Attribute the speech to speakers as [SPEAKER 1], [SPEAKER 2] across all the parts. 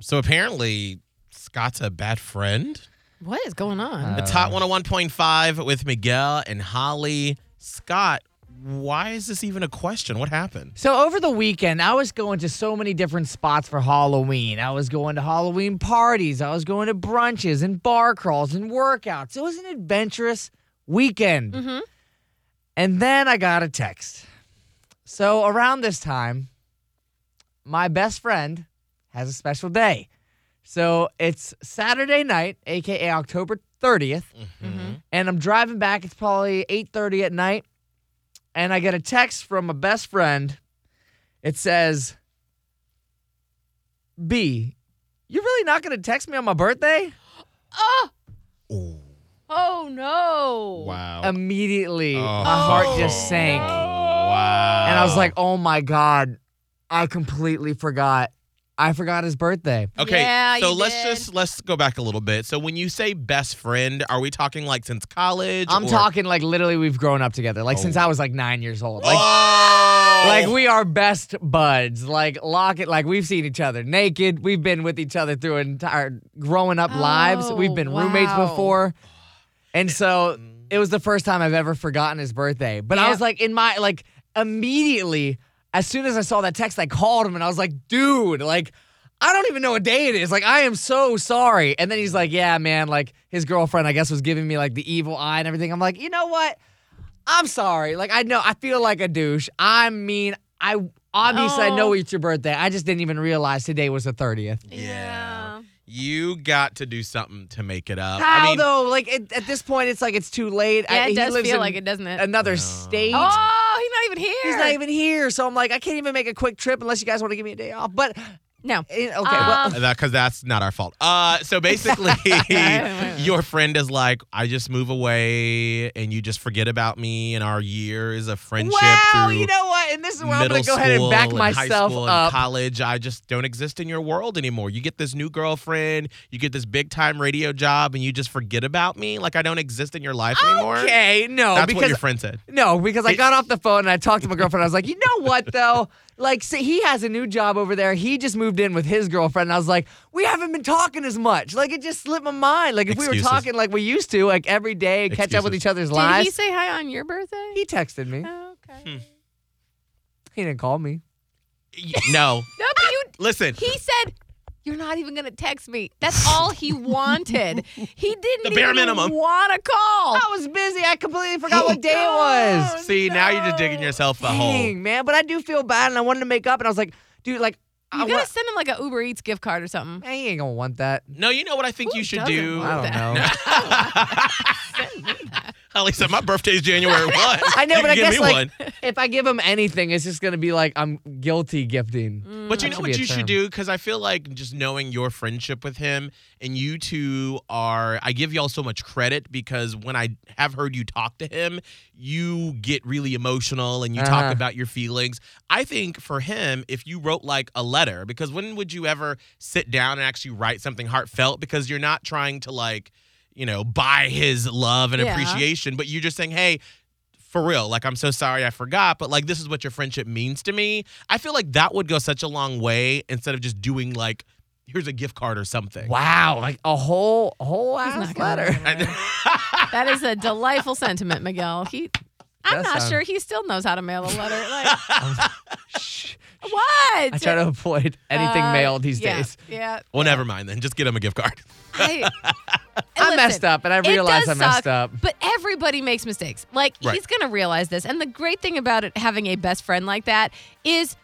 [SPEAKER 1] So apparently, Scott's a bad friend.
[SPEAKER 2] What is going
[SPEAKER 3] Uh,
[SPEAKER 2] on?
[SPEAKER 1] The oh top 101.5 with Miguel and Holly. Scott, why is this even a question? What happened?
[SPEAKER 3] So over the weekend, I was going to so many different spots for Halloween. I was going to Halloween parties. I was going to brunches and bar crawls and workouts. It was an adventurous weekend. And then I got a text. So around this time, my best friend has a special day. So it's Saturday night, aka October 30th, and I'm driving back. It's probably 8:30 at night and I get a text from my best friend. It says, B, you're really not going to text me on my birthday?
[SPEAKER 2] oh no!
[SPEAKER 1] Wow.
[SPEAKER 3] Immediately,
[SPEAKER 1] Oh.
[SPEAKER 3] Um, my heart just sank.
[SPEAKER 1] wow.
[SPEAKER 3] And I was like, oh my God, I completely forgot. I forgot his birthday.
[SPEAKER 1] Okay,
[SPEAKER 2] Yeah,
[SPEAKER 1] so
[SPEAKER 2] you
[SPEAKER 1] let's
[SPEAKER 2] did.
[SPEAKER 1] just let's go back a little bit. So when you say best friend, are we talking like since college?
[SPEAKER 3] I'm
[SPEAKER 1] or-
[SPEAKER 3] talking like literally we've grown up together, like since I was like nine years old. Like,
[SPEAKER 1] Oh!
[SPEAKER 3] like we are best buds. Like lock it. Like we've seen each other naked. We've been with each other through entire growing up lives.
[SPEAKER 2] Oh,
[SPEAKER 3] We've been roommates
[SPEAKER 2] wow. Mm.
[SPEAKER 3] before, and so it was the first time I've ever forgotten his birthday. But I
[SPEAKER 2] Yeah.
[SPEAKER 3] was like in my like immediately as soon as I saw that text, I called him and I was like, dude, like. I don't even know what day it is. Like, I am so sorry. And then he's like, Yeah, man, like his girlfriend, I guess, was giving me like the evil eye and everything. I'm like, You know what? I'm sorry. Like I know I feel like a douche. I mean, I obviously I know
[SPEAKER 2] Oh.
[SPEAKER 3] it's your birthday. I just didn't even realize today was the 30th.
[SPEAKER 1] Yeah. You got to do something to make it up.
[SPEAKER 3] How
[SPEAKER 1] I mean,
[SPEAKER 3] though? Like it, at this point, it's like it's too late.
[SPEAKER 2] Yeah,
[SPEAKER 3] I,
[SPEAKER 2] it
[SPEAKER 3] he
[SPEAKER 2] does
[SPEAKER 3] lives
[SPEAKER 2] feel
[SPEAKER 3] in
[SPEAKER 2] like it, doesn't it?
[SPEAKER 3] Another state.
[SPEAKER 2] oh, he's not even here.
[SPEAKER 3] He's not even here, so I'm like, I can't even make a quick trip unless you guys want to give me a day off. But
[SPEAKER 2] No.
[SPEAKER 3] eh, okay, well,
[SPEAKER 2] Um,
[SPEAKER 1] Uh, that because that's not our fault. Uh, so basically, your friend is like, I just move away, and you just forget about me, and our year is a friendship.
[SPEAKER 3] well,
[SPEAKER 1] through
[SPEAKER 3] you know what? And this is where I'm
[SPEAKER 1] middle
[SPEAKER 3] gonna go ahead and
[SPEAKER 1] school
[SPEAKER 3] back
[SPEAKER 1] high
[SPEAKER 3] myself
[SPEAKER 1] school
[SPEAKER 3] up.
[SPEAKER 1] And college, I just don't exist in your world anymore. You get this new girlfriend, you get this big time radio job, and you just forget about me. Like I don't exist in your life anymore.
[SPEAKER 3] Okay, no,
[SPEAKER 1] That's
[SPEAKER 3] because
[SPEAKER 1] what your friend said.
[SPEAKER 3] No, because I got off the phone and I talked to my girlfriend. I was like, you know what though? Like, see, he has a new job over there. He just moved in with his girlfriend. And I was like, we haven't been talking as much. Like, it just slipped my mind. Like, if we were
[SPEAKER 1] Excuses.
[SPEAKER 3] talking like we used to, like every day, and catch up with
[SPEAKER 1] Excuses.
[SPEAKER 3] each other's
[SPEAKER 2] Did he
[SPEAKER 3] lives.
[SPEAKER 2] say hi on your birthday?
[SPEAKER 3] He texted me.
[SPEAKER 2] Oh,
[SPEAKER 3] Hmm.
[SPEAKER 2] okay.
[SPEAKER 3] He didn't call me.
[SPEAKER 1] Y- No,
[SPEAKER 2] No, but you.
[SPEAKER 1] listen.
[SPEAKER 2] He said, "You're not even gonna text me." That's all he wanted. He didn't
[SPEAKER 1] The bare
[SPEAKER 2] even
[SPEAKER 1] minimum.
[SPEAKER 2] want to call.
[SPEAKER 3] I was busy. I completely forgot what day it was.
[SPEAKER 1] See, now you're just digging yourself a hole.
[SPEAKER 3] Dang, man. But I do feel bad and I wanted to make up. And I was like, dude, like, I
[SPEAKER 2] You gotta
[SPEAKER 3] wa-
[SPEAKER 2] send him like a Uber Eats gift card or something.
[SPEAKER 3] man, he ain't gonna want that.
[SPEAKER 1] No, you know what I think
[SPEAKER 2] Who
[SPEAKER 1] you should
[SPEAKER 2] doesn't
[SPEAKER 1] do.
[SPEAKER 2] want
[SPEAKER 3] I don't know.
[SPEAKER 1] Holly said my birthday is January one.
[SPEAKER 3] I know,
[SPEAKER 1] You
[SPEAKER 3] but
[SPEAKER 1] can
[SPEAKER 3] I
[SPEAKER 1] give
[SPEAKER 3] guess
[SPEAKER 1] me
[SPEAKER 3] like
[SPEAKER 1] one.
[SPEAKER 3] if I give him anything, it's just gonna be like I'm guilty gifting.
[SPEAKER 2] Mm.
[SPEAKER 1] But you know
[SPEAKER 3] mm, That should
[SPEAKER 1] what
[SPEAKER 3] be a
[SPEAKER 1] you
[SPEAKER 3] term.
[SPEAKER 1] should do? Because I feel like just knowing your friendship with him and you two are, I give y'all so much credit because when I have heard you talk to him, you get really emotional and you
[SPEAKER 3] Uh-huh.
[SPEAKER 1] talk about your feelings. I think for him, if you wrote like a letter, because when would you ever sit down and actually write something heartfelt? Because you're not trying to like, you know, buy his love and
[SPEAKER 2] Yeah.
[SPEAKER 1] appreciation, but you're just saying, hey, for real. Like, I'm so sorry I forgot, but like, this is what your friendship means to me. I feel like that would go such a long way instead of just doing like, here's a gift card or something.
[SPEAKER 3] Wow, like a whole a whole
[SPEAKER 2] He's
[SPEAKER 3] ass
[SPEAKER 2] not gonna
[SPEAKER 3] letter.
[SPEAKER 2] remember. that is a delightful sentiment, Miguel. He, I'm
[SPEAKER 3] That
[SPEAKER 2] not
[SPEAKER 3] sound-
[SPEAKER 2] sure he still knows how to mail a letter. Like, what?
[SPEAKER 3] I try to avoid anything
[SPEAKER 2] Uh,
[SPEAKER 3] mailed these
[SPEAKER 2] yeah,
[SPEAKER 3] days.
[SPEAKER 2] Yeah,
[SPEAKER 1] Well, never mind then. Just get him a gift card.
[SPEAKER 2] I,
[SPEAKER 3] I messed up, and I
[SPEAKER 2] It
[SPEAKER 3] realized I
[SPEAKER 2] does
[SPEAKER 3] messed
[SPEAKER 2] suck,
[SPEAKER 3] up.
[SPEAKER 2] But everybody makes mistakes. Like
[SPEAKER 1] Right.
[SPEAKER 2] he's gonna realize this. And the great thing about it, having a best friend like that is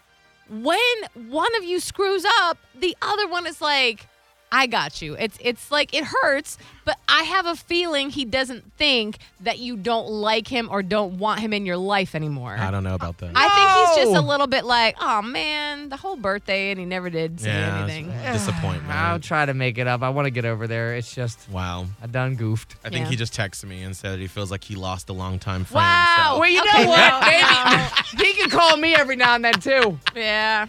[SPEAKER 2] when one of you screws up, the other one is like, I got you. It's it's like it hurts, but I have a feeling he doesn't think that you don't like him or don't want him in your life anymore.
[SPEAKER 1] I don't know about that.
[SPEAKER 2] I think he's just
[SPEAKER 3] No.
[SPEAKER 2] a little bit like, oh man, the whole birthday, and he never did say
[SPEAKER 1] yeah, it's
[SPEAKER 2] anything.
[SPEAKER 1] disappointment.
[SPEAKER 3] I'll try to make it up. I want to get over there. It's just
[SPEAKER 1] wow.
[SPEAKER 3] I done goofed.
[SPEAKER 1] I think
[SPEAKER 2] Yeah.
[SPEAKER 1] he just texted me and said that he feels like he lost a longtime friend.
[SPEAKER 2] Wow.
[SPEAKER 1] so-
[SPEAKER 3] Well, you
[SPEAKER 2] Okay,
[SPEAKER 3] know what?
[SPEAKER 2] no,
[SPEAKER 3] Maybe he can call me every now and then too.
[SPEAKER 2] Yeah.